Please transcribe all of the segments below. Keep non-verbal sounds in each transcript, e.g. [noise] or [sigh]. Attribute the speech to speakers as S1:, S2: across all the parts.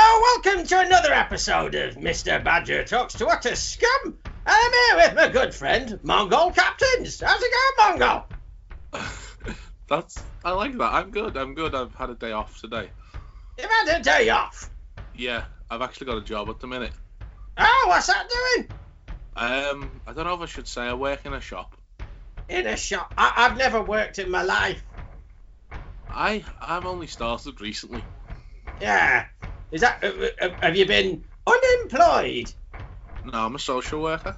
S1: welcome to another episode of Mr. Badger Talks to Utter Scum. I'm here with my good friend, Mongol Captains. How's it going, Mongol?
S2: That's I like that. I'm good. I'm good. I've had a day off today.
S1: You've had a day off.
S2: Yeah, I've actually got a job at the minute.
S1: Oh, what's that doing?
S2: Um, I don't know if I should say I work in a shop.
S1: In a shop. I- I've never worked in my life.
S2: I I've only started recently.
S1: Yeah. Is that. uh, uh, have you been unemployed?
S2: No, I'm a social worker.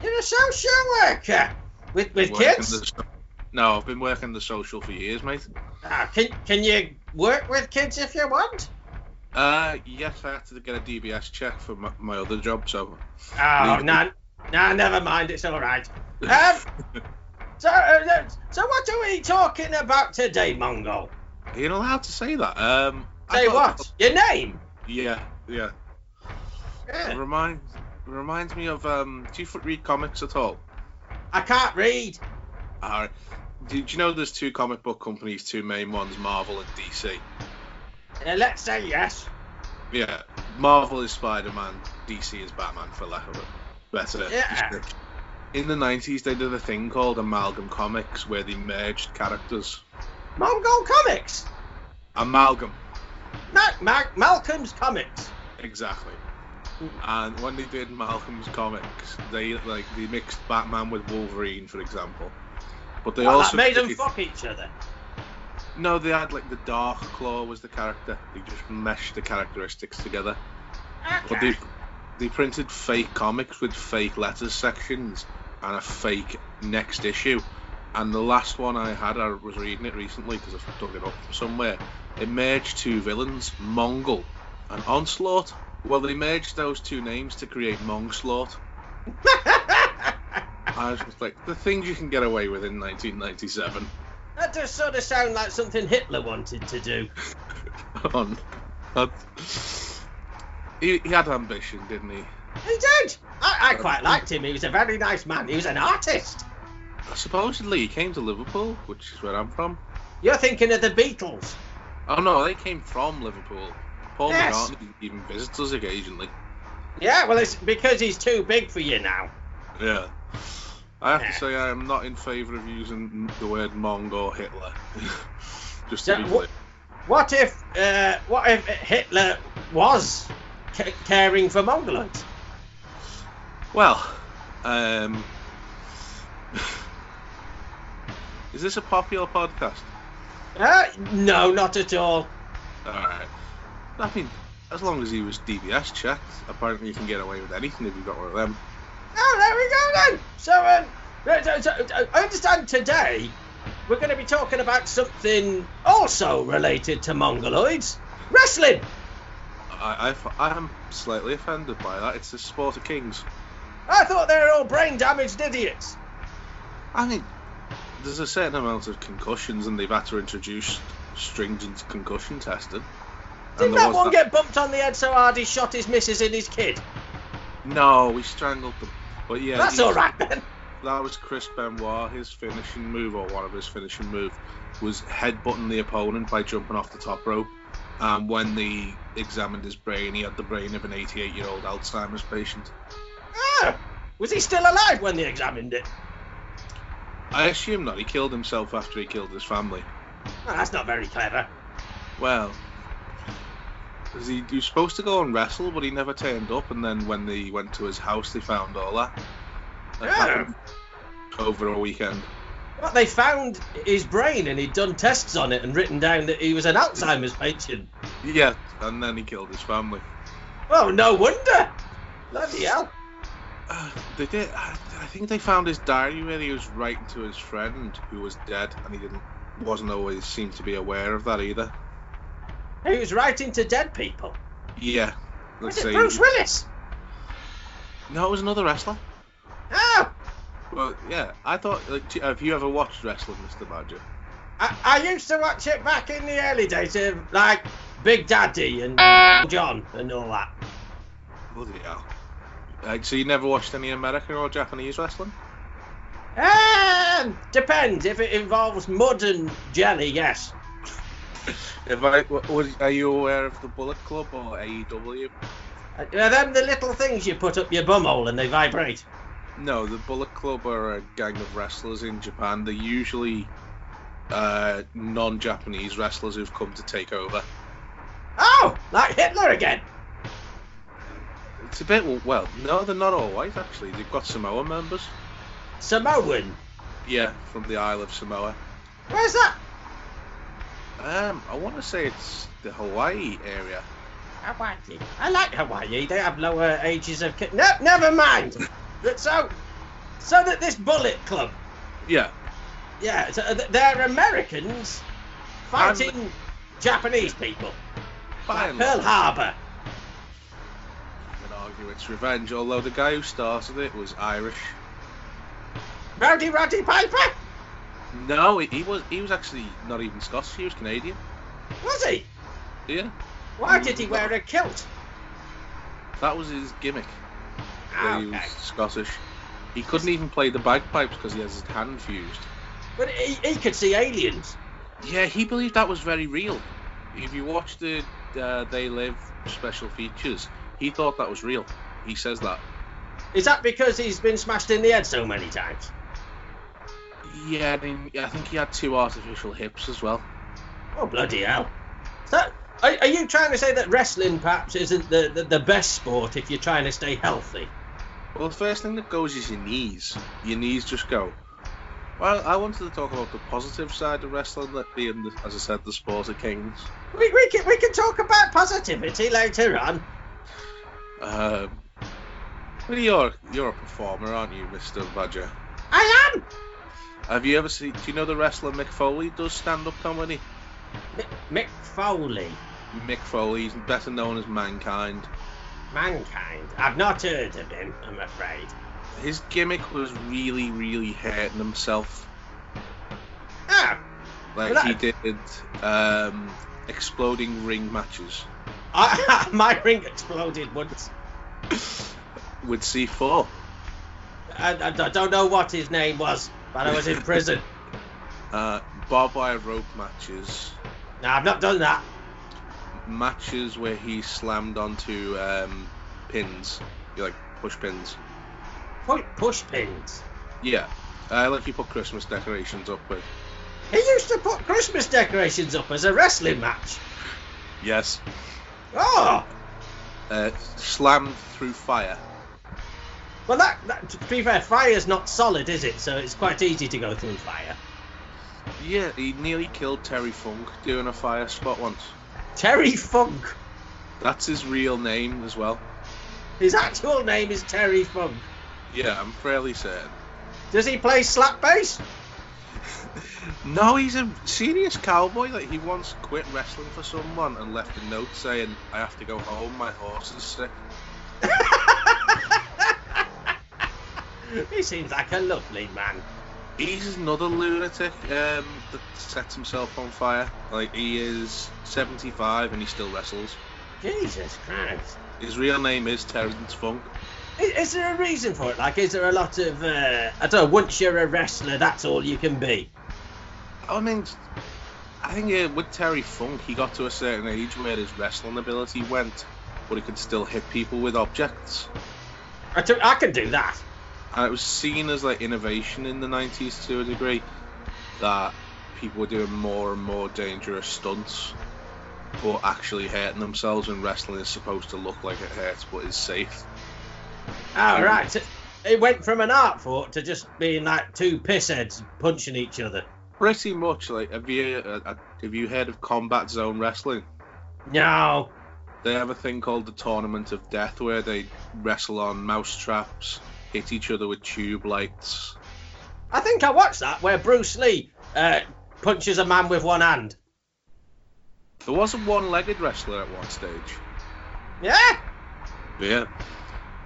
S1: You're a social worker. With, with
S2: Work in
S1: kids?
S2: the so- no, I've been working the social for years, mate.
S1: Ah, can, can you work with kids if you want?
S2: Uh, yes, I had to get a DBS check for my, my other job, so.
S1: Oh,
S2: Leave it.
S1: no, no, never mind. It's all right. Um,
S2: [laughs]
S1: so, uh, so what are we talking about today, Mongol?
S2: Are you not allowed to say that? Um, I
S1: Say
S2: thought-
S1: what? Your name?
S2: Yeah, yeah. It
S1: Yeah.
S2: reminds reminds me of um. Do you f- read comics at all?
S1: I can't read.
S2: All right. Do, do you know there's two comic book companies, two main ones, Marvel and DC?
S1: Uh, let's say yes.
S2: Yeah, Marvel is Spider-Man, DC is Batman, for lack of a better
S1: Yeah.
S2: description. In the 90s, they did a thing called Amalgam Comics, where they merged characters.
S1: Mongol Comics.
S2: Amalgam,
S1: Not Mar- Malcolm's Comics.
S2: exactly. And when they did Malcolm's comics, they like they mixed Batman with Wolverine, for example. But they
S1: What, that
S2: also
S1: made them
S2: did-
S1: fuck each other.
S2: No, they had like the Dark Claw was the character. They just meshed the characteristics together. But
S1: Okay.
S2: they they printed fake comics with fake letters sections and a fake next issue. And the last one I had, I was reading it recently because I dug it up from somewhere. It merged two villains, Mongol and Onslaught. Well, they merged those two names to create Mongslaught. I was just like, the things you can get away with in 1997.
S1: [laughs] that does sort of sound like something Hitler wanted to do.
S2: [laughs] On, on. He, he had ambition, didn't he?
S1: He did. I, I quite liked him. He was a very nice man. He was an artist.
S2: Supposedly, he came to Liverpool, which is where I'm from.
S1: You're thinking of the Beatles.
S2: Oh no, they came from Liverpool. Paul
S1: Yes.
S2: McCartney even visits us occasionally.
S1: Yeah, well, it's because he's too big for you now.
S2: Yeah. I have
S1: Yeah.
S2: to say, I am not in favour of using the word Mong or Hitler. [laughs] Just
S1: Yeah,
S2: to be
S1: wha-
S2: clear.
S1: What if, uh, what if Hitler was c- caring for Mongoloids?
S2: Well, um, [laughs] is this a popular podcast?
S1: Uh, no, not at all.
S2: All right. I mean, as long as he was DBS checked, apparently you can get away with anything if you've got one of them.
S1: Oh, there we go then. So, um, no, so- so- I understand today we're going to be talking about something also related to Mongoloids wrestling.
S2: I, I, I am slightly offended by that. It's the sport of kings.
S1: I thought they were all brain damaged idiots.
S2: I think there's a certain amount of concussions, and they've had to introduce stringent concussion testing.
S1: Didn't
S2: And there
S1: that
S2: was
S1: one get bumped on the head so hard he shot his missus and his kid?
S2: No, we strangled them. But yeah,
S1: That's
S2: he-
S1: all right then.
S2: That was Chris Benoit. His finishing move, or one of his finishing move, was headbutting the opponent by jumping off the top rope. And when they examined his brain, he had the brain of an 88-year-old Alzheimer's patient.
S1: Oh, was he still alive when they examined it?
S2: I assume not. He killed himself after he killed his family.
S1: Oh, that's not very clever.
S2: Well, 'cause he, he was supposed to go and wrestle, but he never turned up. And then when they went to his house, they found all that. That
S1: Yeah.
S2: happened Over a weekend.
S1: But they found his brain and he'd done tests on it and written down that he was an Alzheimer's patient.
S2: Yeah, and then he killed his family.
S1: Well, no wonder. Bloody hell.
S2: Uh, they did. I, I think they found his diary where he was writing to his friend who was dead, and he didn't wasn't always seemed to be aware of that either.
S1: He was writing to dead people.
S2: Yeah.
S1: Was
S2: Let's
S1: it
S2: say
S1: Bruce Willis?
S2: no, it was another wrestler.
S1: Oh,
S2: Well, yeah, I thought. Like, do- have you ever watched wrestling, Mister Badger?
S1: I, I used to watch it back in the early days of, like, Big Daddy and John and all that.
S2: Bloody hell. Like, so you never watched any American or Japanese wrestling?
S1: Um, depends. If it involves mud and jelly, yes.
S2: [laughs] If I, w- was, are you aware of the Bullet Club or E AEW?
S1: Uh, Are them the little things you put up your bumhole and they vibrate?
S2: No, the Bullet Club are a gang of wrestlers in Japan. They're usually uh, non-Japanese wrestlers who've come to take over.
S1: Oh, like Hitler again.
S2: It's a bit well. No, they're not all white actually. They've got Samoa members.
S1: Samoan.
S2: Yeah, from the Isle of Samoa.
S1: Where's that?
S2: Um, I want to say it's the Hawaii area.
S1: Hawaii. I like Hawaii. They have lower ages of. Ki- no, never mind. That- so, so that this Bullet Club.
S2: Yeah,
S1: Yeah, so th- they're Americans fighting Japanese people.
S2: by
S1: Like
S2: and
S1: Pearl
S2: large,
S1: Harbor.
S2: you can argue it's revenge. Although the guy who started it was Irish.
S1: Rowdy Roddy Piper?
S2: No, he, he was he was actually not even Scots. He was Canadian.
S1: Was he?
S2: Yeah,
S1: Why did he wear a kilt?
S2: that was his gimmick. that he
S1: Ah, Okay.
S2: was Scottish. He couldn't even play the bagpipes because he has his hand fused.
S1: But he, he could see aliens.
S2: Yeah, he believed that was very real. If you watch the uh, They Live special features, he thought that was real. He says that.
S1: Is that because he's been smashed in the head so many times?
S2: Yeah, I mean, I think he had two artificial hips as well.
S1: Oh, bloody hell. So, are, are you trying to say that wrestling perhaps isn't the, the, the best sport if you're trying to stay healthy?
S2: Well, the first thing that goes is your knees. Your knees just go. Well, I wanted to talk about the positive side of wrestling, that being, the, as I said, the sport of kings.
S1: We, we, can, we can talk about positivity later on.
S2: Um, well, you're you're a performer, aren't you, Mister Badger?
S1: I am!
S2: Have you ever seen? Do you know the wrestler Mick Foley does stand-up comedy?
S1: Mick Foley,
S2: Mick Foley, he's better known as Mankind.
S1: Mankind. I've not heard of him, I'm afraid.
S2: His gimmick was really, really hurting himself.
S1: Oh,
S2: Like
S1: Well,
S2: he
S1: that-
S2: did um, exploding ring matches
S1: I, [laughs] my ring exploded once.
S2: with C4.
S1: I, I- I don't know what his name was, but I was in prison.
S2: Uh, barbed wire rope matches,
S1: No, I've not done that.
S2: matches where he slammed onto um, pins, you like push pins.
S1: Push, push pins.
S2: Yeah, uh, like you put Christmas decorations up with.
S1: He used to put Christmas decorations up as a wrestling match.
S2: Yes.
S1: Oh,
S2: Uh, slammed through fire.
S1: well, that, that to be fair, fire's not solid, is it? So it's quite easy to go through fire.
S2: Yeah, he nearly killed Terry Funk doing a fire spot once.
S1: Terry Funk.
S2: That's his real name as well.
S1: His actual name is Terry Funk.
S2: Yeah, I'm fairly certain. [laughs]
S1: Does he play slap bass? [laughs]
S2: No, he's a serious cowboy. Like he once quit wrestling for someone and left a note saying, "I have to go home. My horse is sick."
S1: he seems like a lovely man.
S2: He's another lunatic um, that sets himself on fire. Like he is 75 and he still wrestles.
S1: Jesus Christ.
S2: His real name is Terrence Funk.
S1: Is, is there a reason for it? Like, is there a lot of, uh, I don't know, once you're a wrestler, that's all you can be?
S2: I mean, I think uh, with Terry Funk, he got to a certain age where his wrestling ability went, but he could still hit people with objects.
S1: I, t- I can do that.
S2: And it was seen as like innovation in the 90s to a degree that people were doing more and more dangerous stunts, but actually hurting themselves. And wrestling is supposed to look like it hurts, but is safe.
S1: All right. so It went from an art form to just being like two pissheads punching each other.
S2: Pretty much like have you uh, uh, have you heard of combat zone wrestling?
S1: No.
S2: They have a thing called the Tournament of Death where they wrestle on mousetraps, hit each other with tube lights.
S1: I think I watched that where Bruce Lee uh, punches a man with one hand.
S2: There was a one-legged wrestler at one stage.
S1: Yeah?
S2: Yeah.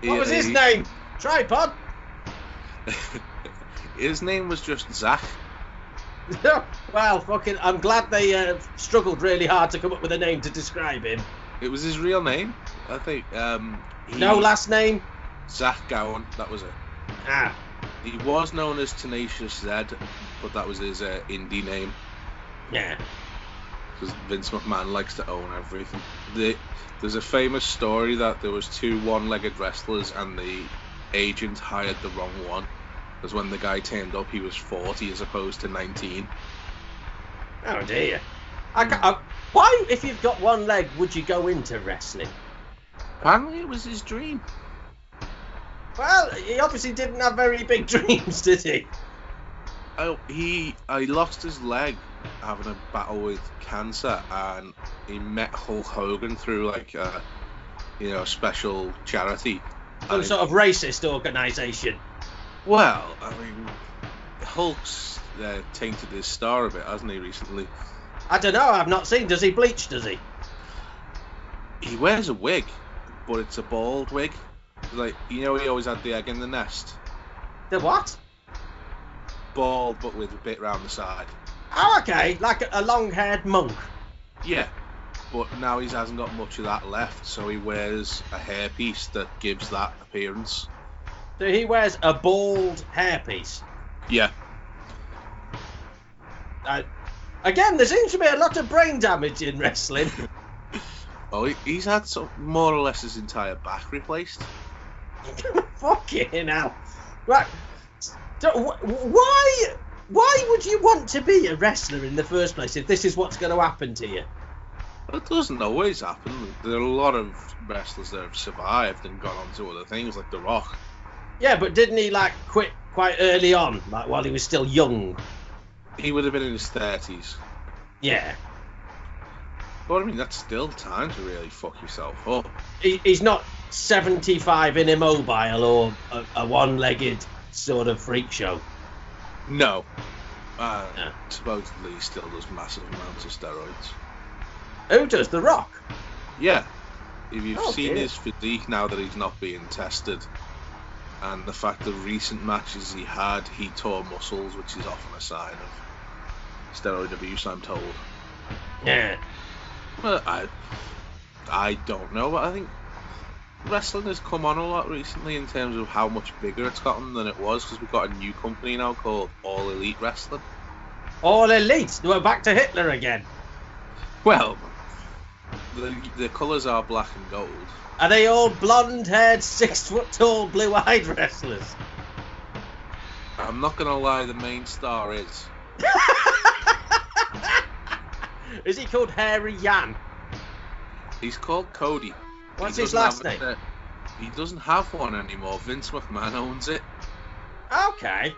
S1: What was his name? Tripod?
S2: [laughs]
S1: [laughs]
S2: His name was just Zach.
S1: well, fucking, I'm glad they uh, struggled really hard to come up with a name to describe him.
S2: It was his real name, I think. Um, he-
S1: No last name?
S2: Zach Gowan. That was it.
S1: Ah.
S2: He was known as Tenacious Z, but that was his uh, indie name.
S1: Yeah.
S2: So because Vince McMahon likes to own everything. The, there's a famous story that there was two one-legged wrestlers and the agent hired the wrong one. Because when the guy turned up, he was 40 as opposed to 19.
S1: Oh dear. I ca I, why, if you've got one leg, would you go into wrestling?
S2: Apparently, it was his dream.
S1: Well, he obviously didn't have very big [laughs] dreams, did he?
S2: Oh, he I lost his leg having a battle with cancer, and he met Hulk Hogan through like a, you know a special charity.
S1: Some
S2: And
S1: sort of racist organisation.
S2: it- well, I mean, Hulk's uh, tainted his star a bit, hasn't he? Recently,
S1: I don't know. I've not seen. Does he bleach? Does he?
S2: he wears a wig, but it's a bald wig. Like you know, he always had the egg in the nest,
S1: The what?
S2: bald but with a bit round the side.
S1: Oh, okay. Like a, a long-haired monk.
S2: Yeah, but now he hasn't got much of that left, so he wears a hairpiece that gives that appearance.
S1: So he wears a bald hairpiece.
S2: Yeah.
S1: Uh, again, there seems to be a lot of brain damage in wrestling. [laughs]
S2: Well, he- he's had some, more or less his entire back replaced.
S1: Fucking hell. Right. So wh- Why? Why would you want to be a wrestler in the first place if this is what's going to happen to you?
S2: It doesn't always happen. There are a lot of wrestlers that have survived and gone on to other things, like The Rock.
S1: Yeah, but didn't he like quit quite early on, like while he was still young?
S2: He would have been in his 30s.
S1: Yeah.
S2: But I mean, that's still time to really fuck yourself up.
S1: He, he's not 75 and immobile or a, a one-legged sort of freak show.
S2: No. Uh,
S1: Yeah.
S2: Supposedly, he still does massive amounts of steroids.
S1: Who does The Rock?
S2: Yeah. If you've
S1: Oh,
S2: seen
S1: dear.
S2: his physique now that he's not being tested, and the fact of recent matches he had, he tore muscles, which is often a sign of steroid abuse, I'm told.
S1: Yeah.
S2: Well, I, I don't know, but I think wrestling has come on a lot recently in terms of how much bigger it's gotten than it was because we've got a new company now called All Elite Wrestling.
S1: All elite. We're back to Hitler again.
S2: Well, the, the colours are black and gold.
S1: Are they all blonde-haired, six-foot-tall, blue-eyed wrestlers? [laughs]
S2: I'm not going to lie, the main star is
S1: Is he called Hairy Yan?
S2: He's called Cody.
S1: What's
S2: He
S1: his last
S2: doesn't have
S1: name?
S2: a- he doesn't have one anymore. Vince McMahon owns it.
S1: Okay.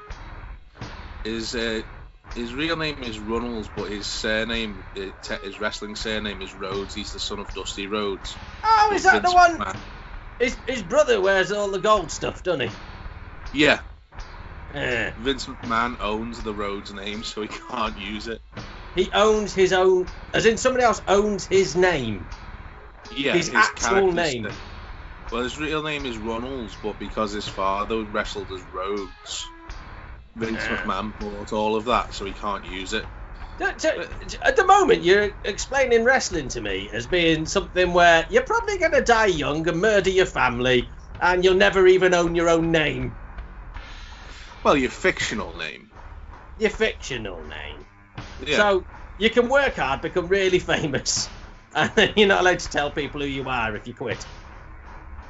S2: His uh, his real name is Runnels, but his surname, uh, te- his wrestling surname is Rhodes. He's the son of Dusty Rhodes.
S1: Oh, is that
S2: Vince
S1: the one?
S2: McMahon.
S1: His, his brother wears all the gold stuff, doesn't he?
S2: Yeah,
S1: Yeah.
S2: Vince McMahon owns the Rhodes name, so he [laughs] can't use it.
S1: He owns his own, as in somebody else owns his name.
S2: Yeah,
S1: His actual
S2: character's
S1: name.
S2: name- Well, his real name is Runnels, but because his father wrestled as Rhodes, Vince
S1: Yeah.
S2: McMahon bought all of that, so he can't use it.
S1: D- t- At the moment, you're explaining wrestling to me as being something where you're probably going to die young and murder your family, and you'll never even own your own name,
S2: Well, your fictional name.
S1: your fictional name.
S2: Yeah.
S1: So you can work hard, become really [laughs] famous, and then you're not allowed to tell people who you are if you quit.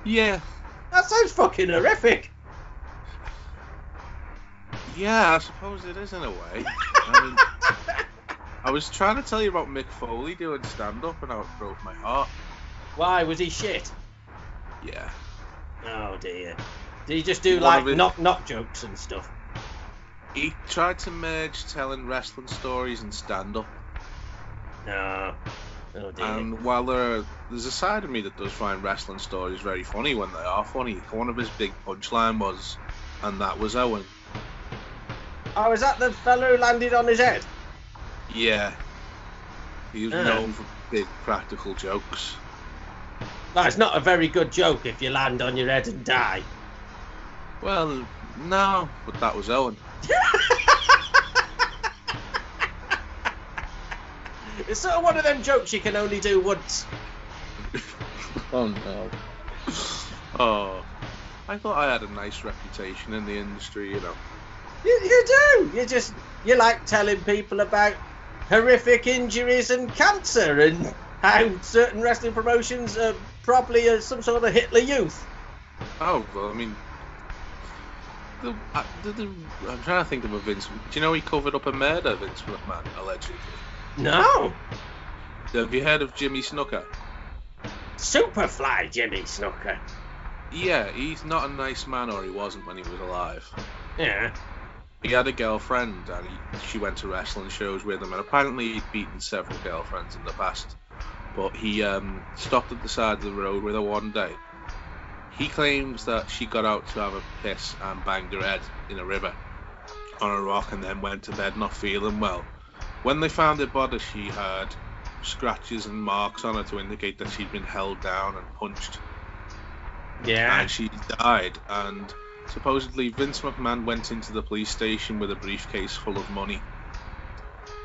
S2: Yeah,
S1: That sounds fucking horrific. [laughs]
S2: yeah, I suppose it is in a way.
S1: [laughs]
S2: I mean, I was trying to tell you about Mick Foley doing stand up and how it broke my heart.
S1: Why was he shit?
S2: Yeah.
S1: Oh dear. Did he just do
S2: One
S1: like
S2: of his-
S1: knock knock jokes and stuff?
S2: He tried to merge telling wrestling stories and stand up.
S1: No. Oh dear.
S2: And while there are, there's a side of me that does find wrestling stories very funny when they are funny, one of his big punchline was, and that was Owen.
S1: oh, is that the fellow who landed on his head?
S2: Yeah. He was
S1: Yeah.
S2: known for big practical jokes.
S1: No, it's not a very good joke if you land on your head and [laughs] die.
S2: Well, no, but that was Owen. [laughs]
S1: It's sort of one of them jokes you can only do once.
S2: Oh no. Oh, I thought I had a nice reputation in the industry, you know.
S1: You, you do. You just you like telling people about horrific injuries and cancer, and how certain wrestling promotions are probably uh, some sort of Hitler Youth.
S2: Oh well, I mean, the, uh, the, the, I'm trying to think of a Vince. Do you know he covered up a murder, Vince McMahon, allegedly?
S1: No,
S2: Have you heard of Jimmy Snooker?
S1: Superfly Jimmy Snooker.
S2: Yeah, he's not a nice man, or he wasn't when he was alive.
S1: Yeah.
S2: He had a girlfriend, and he, she went to wrestling shows with him, and apparently he'd beaten several girlfriends in the past. But he um, stopped at the side of the road with her one day. He claims that she got out to have a piss and banged her head in a river on a rock, and then went to bed not feeling well. When they found her body, she had scratches and marks on her to indicate that she'd been held down and punched
S1: Yeah.
S2: and she died. And supposedly Vince McMahon went into the police station with a briefcase full of money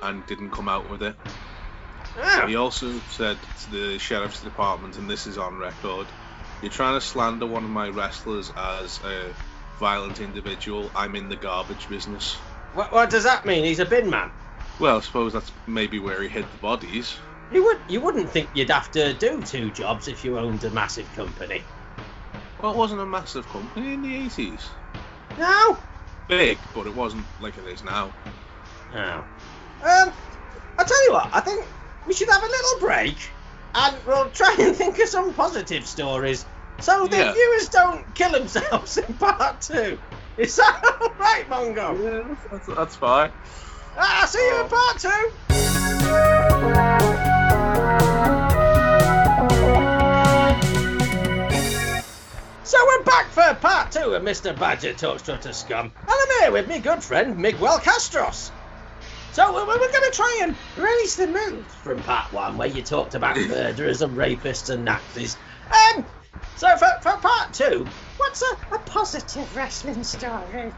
S2: and didn't come out with it. He
S1: Oh,
S2: also said to the sheriff's department, and this is on record, "You're trying to slander one of my wrestlers as a violent individual. I'm in the garbage business."
S1: what, what does that mean? He's a bin man.
S2: Well, I suppose that's maybe where he hid the bodies.
S1: You would you wouldn't think you'd have to do two jobs if you owned a massive company.
S2: Well, it wasn't a massive company in the 80s.
S1: No.
S2: Big, but it wasn't like it is now.
S1: Oh. Um, I tell you what, I think we should have a little break, and we'll try and think of some positive stories, so the
S2: Yeah.
S1: viewers don't kill themselves [laughs] in part two. Is that all right, Mongo?
S2: Yeah, that's, that's fine.
S1: Ah, I'll see you in part two. So we're back for part two of Mr. Badger Talks Trotter Scum, and I'm here with me good friend Miguel Castros. So we- we're going to try and release the mood from part one, where you talked about murderers and rapists and Nazis. Um, so for, for part two, what's a, a positive wrestling story?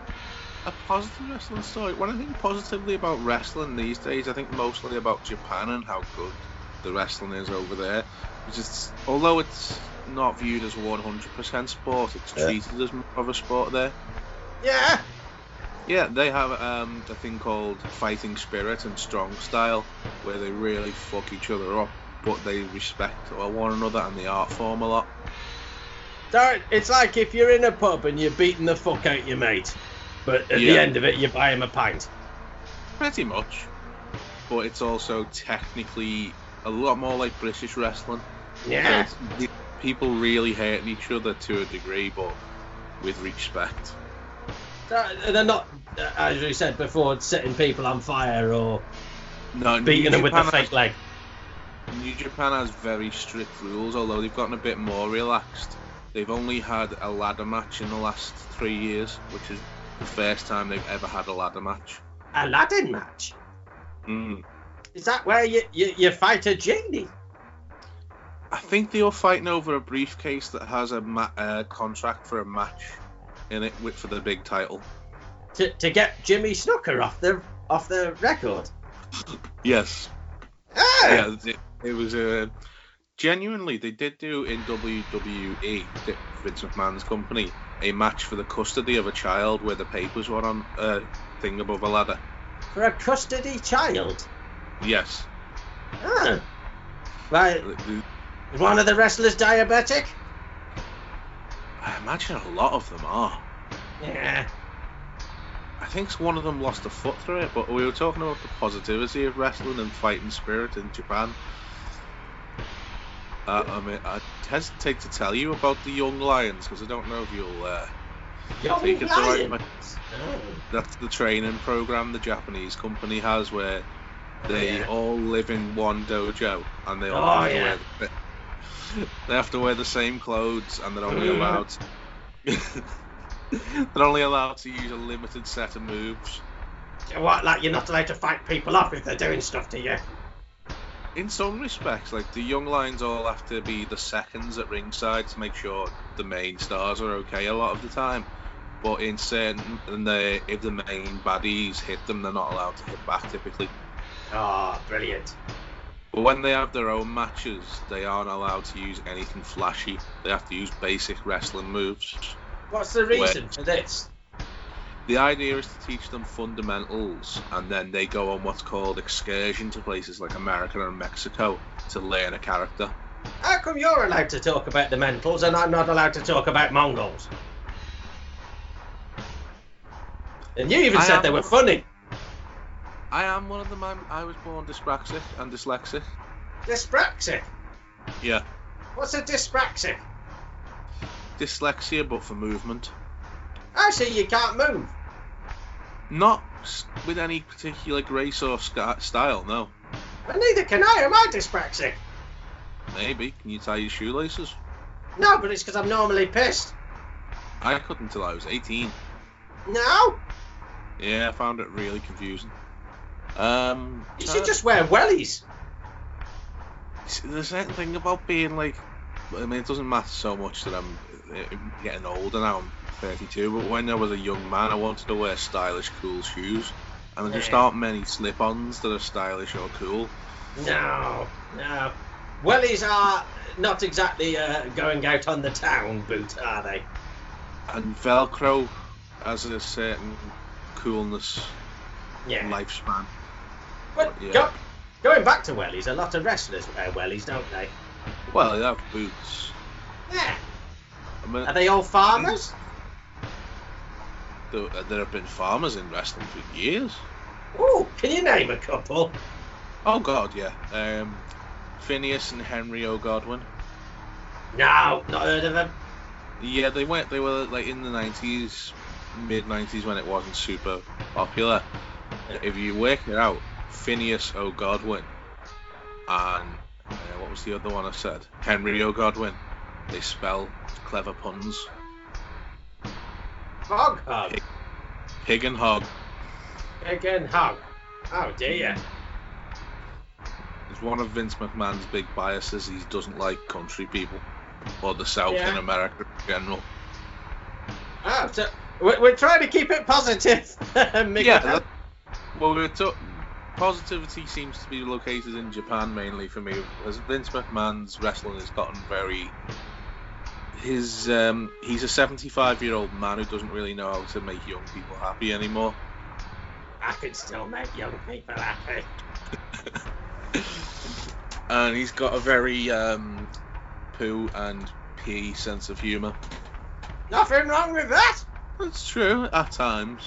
S2: a positive wrestling story. When I think positively about wrestling these days, I think mostly about Japan and how good the wrestling is over there. Which is, although it's not viewed as 100% sport, it's
S1: Yeah.
S2: treated as more of a sport there.
S1: Yeah,
S2: Yeah, they have um, a thing called fighting spirit and strong style, where they really fuck each other up, but they respect one another and the art form a lot.
S1: Don't, it's like if you're in a pub and you're beating the fuck out your mate, but at the
S2: Yeah.
S1: end of it, you buy him a pint.
S2: Pretty much. But it's also technically a lot more like British wrestling. So
S1: Yeah.
S2: it's- the- people really hating each other to a degree, but with respect.
S1: So They're not, uh, as we said before, setting people on fire or
S2: No,
S1: beating them with the
S2: Japan
S1: fake leg.
S2: has- New Japan has very strict rules, although they've gotten a bit more relaxed. They've only had a ladder match in the last three years, which is the first time they've ever had a ladder match.
S1: Aladdin match.
S2: Mm.
S1: Is that where you, you, you fight a genie?
S2: I think they were fighting over a briefcase that has a ma- uh, contract for a match in it with, for the big title.
S1: To, to get Jimmy Snooker off the off the record.
S2: Yes,
S1: Ah!
S2: yeah, it, it was uh, genuinely they did do in WWE, the- Vince McMahon's company, a match for the custody of a child where the papers were on a thing above a ladder.
S1: For a custody child.
S2: Yes, [laughs]
S1: Ah. Right.
S2: I
S1: Is one of the wrestlers diabetic?
S2: imagine a lot of them are.
S1: Yeah.
S2: I think one of them lost a foot through it, but we were talking about the positivity of wrestling and fighting spirit in Japan. Uh, I mean, I hesitate to tell you about the young lions because I don't know if you'll uh,
S1: Young
S2: take it the right
S1: lion.
S2: way.
S1: Oh.
S2: that's the training program the Japanese company has where they
S1: Oh, Yeah.
S2: all live in one dojo and they all
S1: Oh,
S2: have
S1: yeah.
S2: to wear the, [laughs] they have to wear the same clothes and they're only
S1: Mhm.
S2: allowed [laughs] they're only allowed to use a limited set of moves.
S1: What, like you're not allowed to fight people off if they're doing stuff to you?
S2: In some respects, like the young lions all have to be the seconds at ringside to make sure the main stars are okay a lot of the time. But in certain, and they, if the main baddies hit them, they're not allowed to hit back typically.
S1: Oh, brilliant.
S2: But when they have their own matches, they aren't allowed to use anything flashy. They have to use basic wrestling moves.
S1: What's the reason for this?
S2: The idea is to teach them fundamentals, and then they go on what's called excursion to places like America and Mexico to learn a character.
S1: How come you're allowed to talk about the mentals and I'm not allowed to talk about Mongols? And you even
S2: I
S1: said
S2: am-
S1: they were funny.
S2: I am one of them. I'm, I was born dyspraxic and dyslexic.
S1: Dyspraxic.
S2: Yeah,
S1: What's a dyspraxic?
S2: dyslexia, but for movement.
S1: I see you can't move.
S2: Not s- with any particular grace or sc- style, no.
S1: But neither can I. Am I dyspraxic?
S2: Maybe. Can you tie your shoelaces?
S1: No, but it's because I'm normally pissed.
S2: I couldn't until I was 18.
S1: No,
S2: Yeah, I found it really confusing. Um,
S1: you should just wear wellies.
S2: the certain thing about being like, I mean, it doesn't matter so much that I'm uh, getting older now. I'm 32, but when I was a young man, I wanted to wear stylish, cool shoes, and there just
S1: Yeah.
S2: aren't many slip-ons that are stylish or cool.
S1: No, no. Wellies are not exactly uh, going out on the town boot, are they?
S2: And Velcro has a certain coolness
S1: Yeah.
S2: lifespan.
S1: but
S2: yeah.
S1: go, going back to wellies, a lot of wrestlers wear wellies, don't they?
S2: Well, they have boots.
S1: Yeah.
S2: I mean,
S1: Are they all farmers?
S2: there, there have been farmers in wrestling for years.
S1: Ooh, can you name a couple?
S2: Oh God, yeah. Um, Phineas and Henry O'Godwin.
S1: No, not heard of them.
S2: Yeah, they went. They were like in the nineties, mid nineties when it wasn't super popular. If you work it out, Phineas O'Godwin and uh, what was the other one I said? Henry O'Godwin. They spell clever puns.
S1: Hog hog.
S2: Pig and hog.
S1: Again, hog. Oh dear.
S2: It's one of Vince McMahon's big biases. He doesn't like country people or the South
S1: Yeah.
S2: in America in general.
S1: Oh, so we're, we're trying to keep it positive. [laughs] Miguel.
S2: Yeah. that- well, we were talk- positivity seems to be located in Japan mainly for me, because Vince McMahon's wrestling has gotten very. His um, he's a 75 year old man who doesn't really know how to make young people happy anymore. [laughs]
S1: I can still make young people happy.
S2: and he's got a very um, poo and pee sense of humour.
S1: Nothing wrong with that.
S2: That's true at times.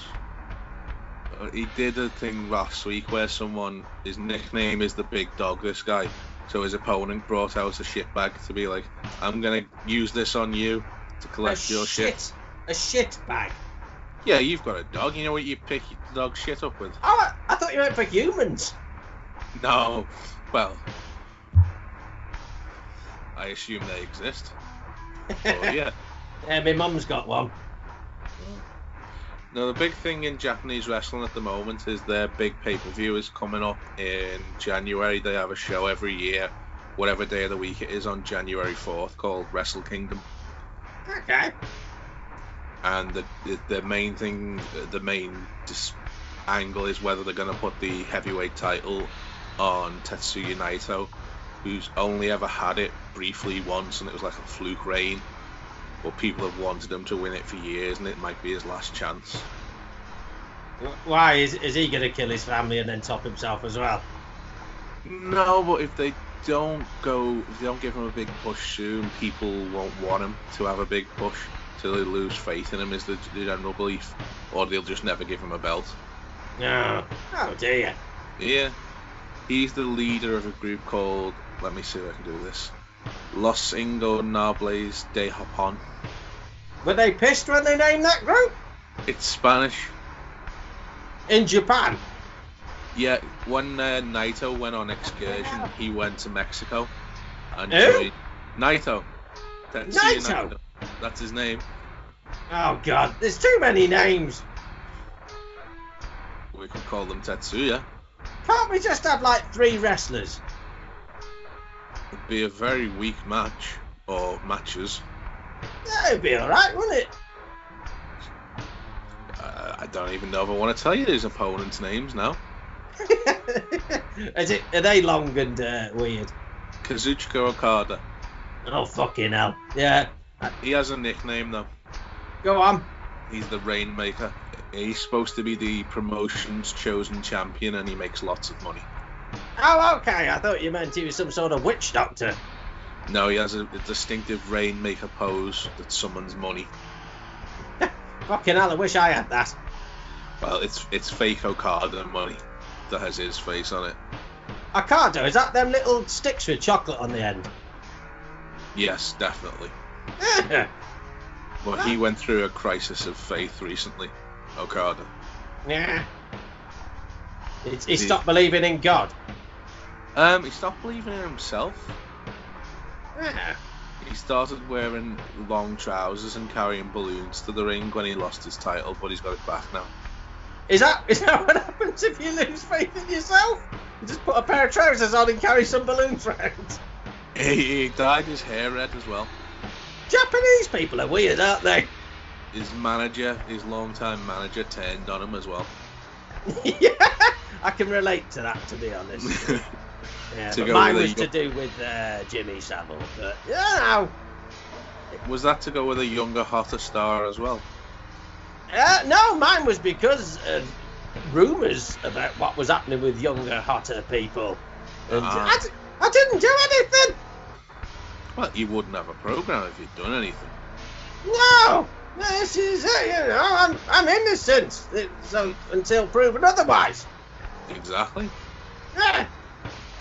S2: Uh, He did a thing last week where someone his nickname is the big dog. This guy, so his opponent brought out a shit bag to be like, "I'm gonna use this on you to collect
S1: a
S2: your shit.
S1: A shit bag.
S2: Yeah, you've got a dog. You know what you pick your dog shit up with? [laughs]
S1: Oh, I, I thought you meant for humans.
S2: No. Well, I assume they exist.
S1: [laughs]
S2: But Oh, yeah.
S1: yeah, my mum's got one.
S2: Now, the big thing in Japanese wrestling at the moment is their big pay per view is coming up in January. They have a show every year, whatever day of the week it is, on January 4th called Wrestle Kingdom.
S1: Okay.
S2: And the, the, the main thing, the main dis- angle is whether they're going to put the heavyweight title on Tetsuya Naito, who's only ever had it briefly once, and it was like a fluke reign. But people have wanted him to win it for years, and it might be his last chance.
S1: Why is is he gonna kill his family and then top himself as well?
S2: No, but if they don't go, if they don't give him a big push soon, people won't want him to have a big push, so they lose faith in him. Is the, the general belief, or they'll just never give him a belt.
S1: No. Oh dear.
S2: Yeah, he's the leader of a group called. Let me see if I can do this. Los Ingobernables de Japón.
S1: Were they pissed when they named that group
S2: It's Spanish.
S1: in Japan?
S2: Yeah, when uh, Naito went on excursion, he went to Mexico and
S1: Who?
S2: joined Naito. That's
S1: Naito?
S2: That's his name.
S1: Oh god, there's too many names.
S2: We could call them Tetsuya.
S1: Can't we just have like three wrestlers?
S2: It'd be a very weak match or matches.
S1: That'd be all right, wouldn't it? [laughs]
S2: Uh, I don't even know if I want to tell you his opponents' names now.
S1: is it? Are they long and uh, weird?
S2: Kazuchika Okada.
S1: Oh fucking hell! Yeah,
S2: He has a nickname though.
S1: go on.
S2: He's the rainmaker. He's supposed to be the promotion's chosen champion, and he makes lots of money.
S1: Oh, okay. I thought you meant he was some sort of witch doctor.
S2: No, he has a, a distinctive rainmaker pose that summons money.
S1: Fucking hell, I wish I had that.
S2: Well, it's it's fake Okada money that has his face on it.
S1: Ocado, is that them little sticks with chocolate on the
S2: [laughs]
S1: end?
S2: Yes, definitely.
S1: Yeah.
S2: But he went through a crisis of faith recently. Okada.
S1: Yeah. He, he
S2: Yeah.
S1: stopped believing in God.
S2: Um, he stopped believing in himself.
S1: Yeah.
S2: He started wearing long trousers and carrying balloons to the ring when he lost his title, but he's got it back now. [laughs]
S1: Is that is that what happens if you lose faith in yourself? You just put a pair of trousers on and carry some balloons round.
S2: He, he dyed his hair red as well.
S1: Japanese people are weird, aren't they? [laughs]
S2: His manager, his longtime manager, turned on him as well.
S1: yeah, I can relate to that, to be honest.
S2: [laughs]
S1: Yeah,
S2: To
S1: but
S2: go
S1: mine
S2: with
S1: was
S2: the-
S1: to do with uh, Jimmy Savile, but you know,
S2: was that to go with a younger, hotter star as well?
S1: uh, no, mine was because of rumours about what was happening with younger, hotter people, and
S2: Ah.
S1: I, d- I didn't do anything.
S2: Well, you wouldn't have a program if you'd done anything.
S1: No, this is it. You know, I'm I'm innocent. So until proven otherwise.
S2: Exactly.
S1: Yeah.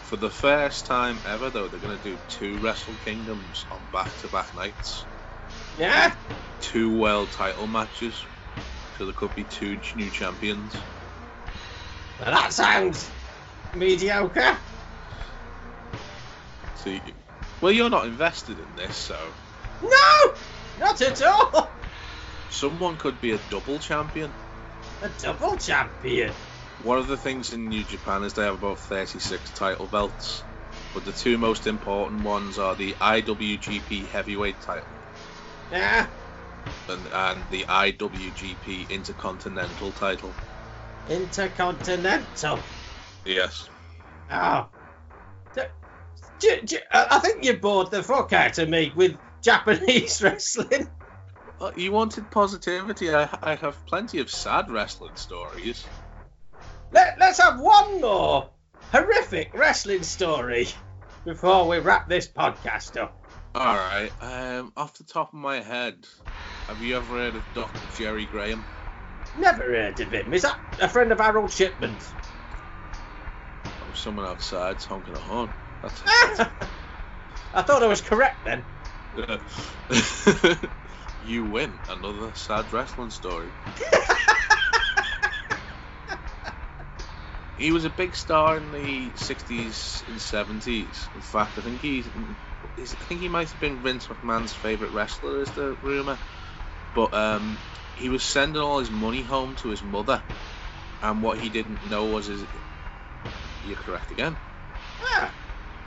S2: For the first time ever, though, they're going to do two Wrestle Kingdoms on back-to-back nights.
S1: Yeah.
S2: two world title matches, so there could be two ch- new champions.
S1: Well, that sounds mediocre.
S2: So, you, well, you're not invested in this, so
S1: No, not at all.
S2: someone could be a double champion.
S1: A double champion.
S2: One of the things in New Japan is they have about 36 title belts, but the two most important ones are the IWGP Heavyweight title
S1: Yeah.
S2: and, and the IWGP Intercontinental title.
S1: Intercontinental.
S2: Yes.
S1: Oh. D- d- d- I I think you bored the fuck out of me with Japanese [laughs] wrestling.
S2: Uh, You wanted positivity. I, I have plenty of sad wrestling stories.
S1: Let, let's have one more horrific wrestling story before we wrap this podcast up.
S2: All right. Um, off the top of my head, have you ever heard of Dr. Jerry Graham?
S1: Never heard of him. Is that a friend of Harold Shipman's?
S2: Or someone outside's honking a horn. That's
S1: I thought I was correct then.
S2: [laughs] you win another sad wrestling story.
S1: Ah.
S2: He was a big star in the 60s and 70s. In fact, I think he's, he's I think he might have been Vince McMahon's favorite wrestler, is the rumor. But um, he was sending all his money home to his mother, and what he didn't know was his. You're correct again.
S1: Ah,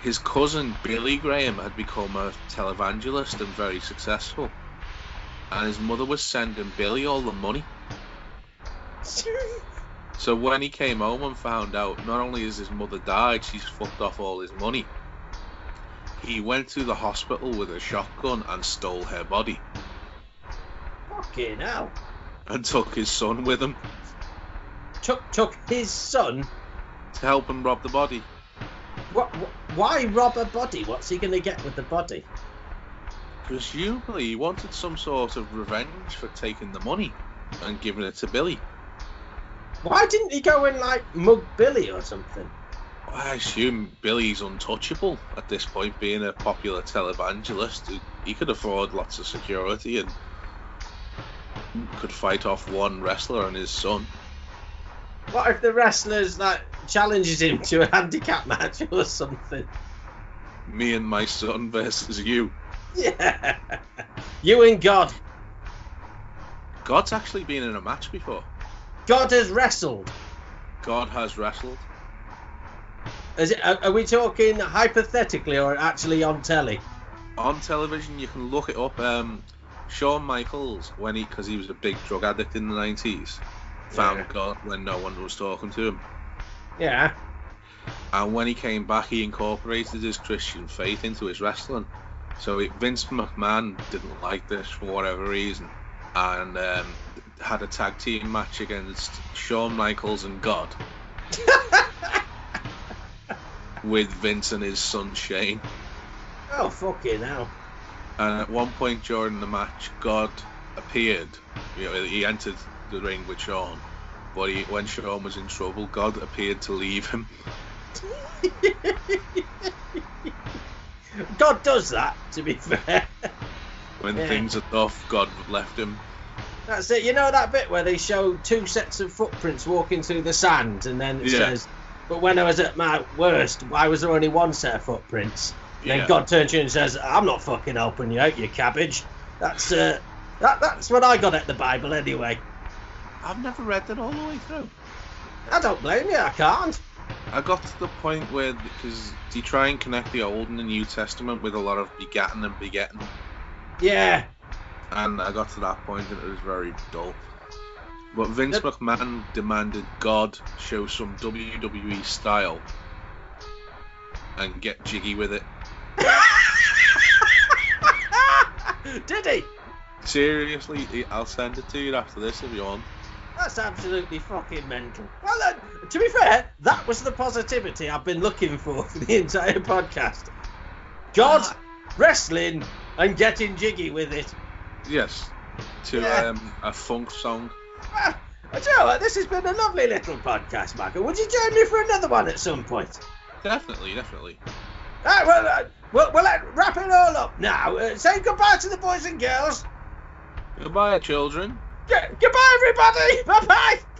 S2: His cousin Billy Graham had become a televangelist and very successful, and his mother was sending Billy all the money. So when he came home and found out not only has his mother died, she's fucked off all his money. He went to the hospital with a shotgun and stole her body
S1: [laughs] Fucking hell.
S2: and took his son with him
S1: Took, took his son.
S2: to help him rob the body.
S1: What, wh- why rob a body? What's he going to get with the body?
S2: Presumably he wanted some sort of revenge for taking the money and giving it to Billy.
S1: Why didn't he go and, like, mug Billy or something?
S2: I assume Billy's untouchable at this point, being a popular televangelist. He- He could afford lots of security and could fight off one wrestler and his son.
S1: What if the wrestler's, like, challenges him to a handicap match [laughs] or something?
S2: me and my son versus you.
S1: Yeah. You and God.
S2: God's actually been in a match before.
S1: God has wrestled.
S2: God has wrestled.
S1: Is it, are, are we talking hypothetically or actually on telly?
S2: On television, you can look it up. Um, Shawn Michaels, when he, because he was a big drug addict in the 90s, found
S1: Yeah.
S2: God when no one was talking to him.
S1: Yeah. [laughs]
S2: And when he came back, he incorporated his Christian faith into his wrestling. So it, Vince McMahon didn't like this for whatever reason. And um, had a tag team match against Shawn Michaels and God with Vince and his son Shane.
S1: oh, fucking hell. [laughs]
S2: And at one point during the match, God appeared. You know, he entered the ring with Sean, but he, when Sean was in trouble, God appeared to leave him.
S1: God does that, to be fair.
S2: When
S1: Yeah.
S2: things are tough, God left him.
S1: That's it. You know that bit where they show two sets of footprints walking through the sand, and then it
S2: Yeah.
S1: says, But when I was at my worst, why was there only one set of footprints? And then
S2: Yeah.
S1: God turns to you and says, I'm not fucking helping you out, you cabbage. That's uh, that, that's what I got at the Bible anyway.
S2: I've never read that all the way through.
S1: I don't blame you, I can't.
S2: I got to the point where because you try and connect the Old and the New Testament with a lot of begatting and begetting,
S1: Yeah. [laughs]
S2: and I got to that point and it was very dull. But Vince
S1: Yep.
S2: McMahon demanded God show some WWE style and get jiggy with it.
S1: Did he?
S2: Seriously, he- I'll send it to you after this if you want.
S1: That's absolutely fucking mental. Well, uh, to be fair, that was the positivity I've been looking for for the entire podcast. God, wrestling, and getting jiggy with it.
S2: Yes, to
S1: Yeah.
S2: um, a funk song.
S1: Well, Ah, do you know what? This has been a lovely little podcast, Michael. Would you join me for another one at some point?
S2: Definitely, definitely.
S1: Right, well, uh, well, well, uh, wrap it all up now. Uh, say goodbye to the boys and girls.
S2: Goodbye, children.
S1: G- goodbye, everybody. [laughs] Bye bye.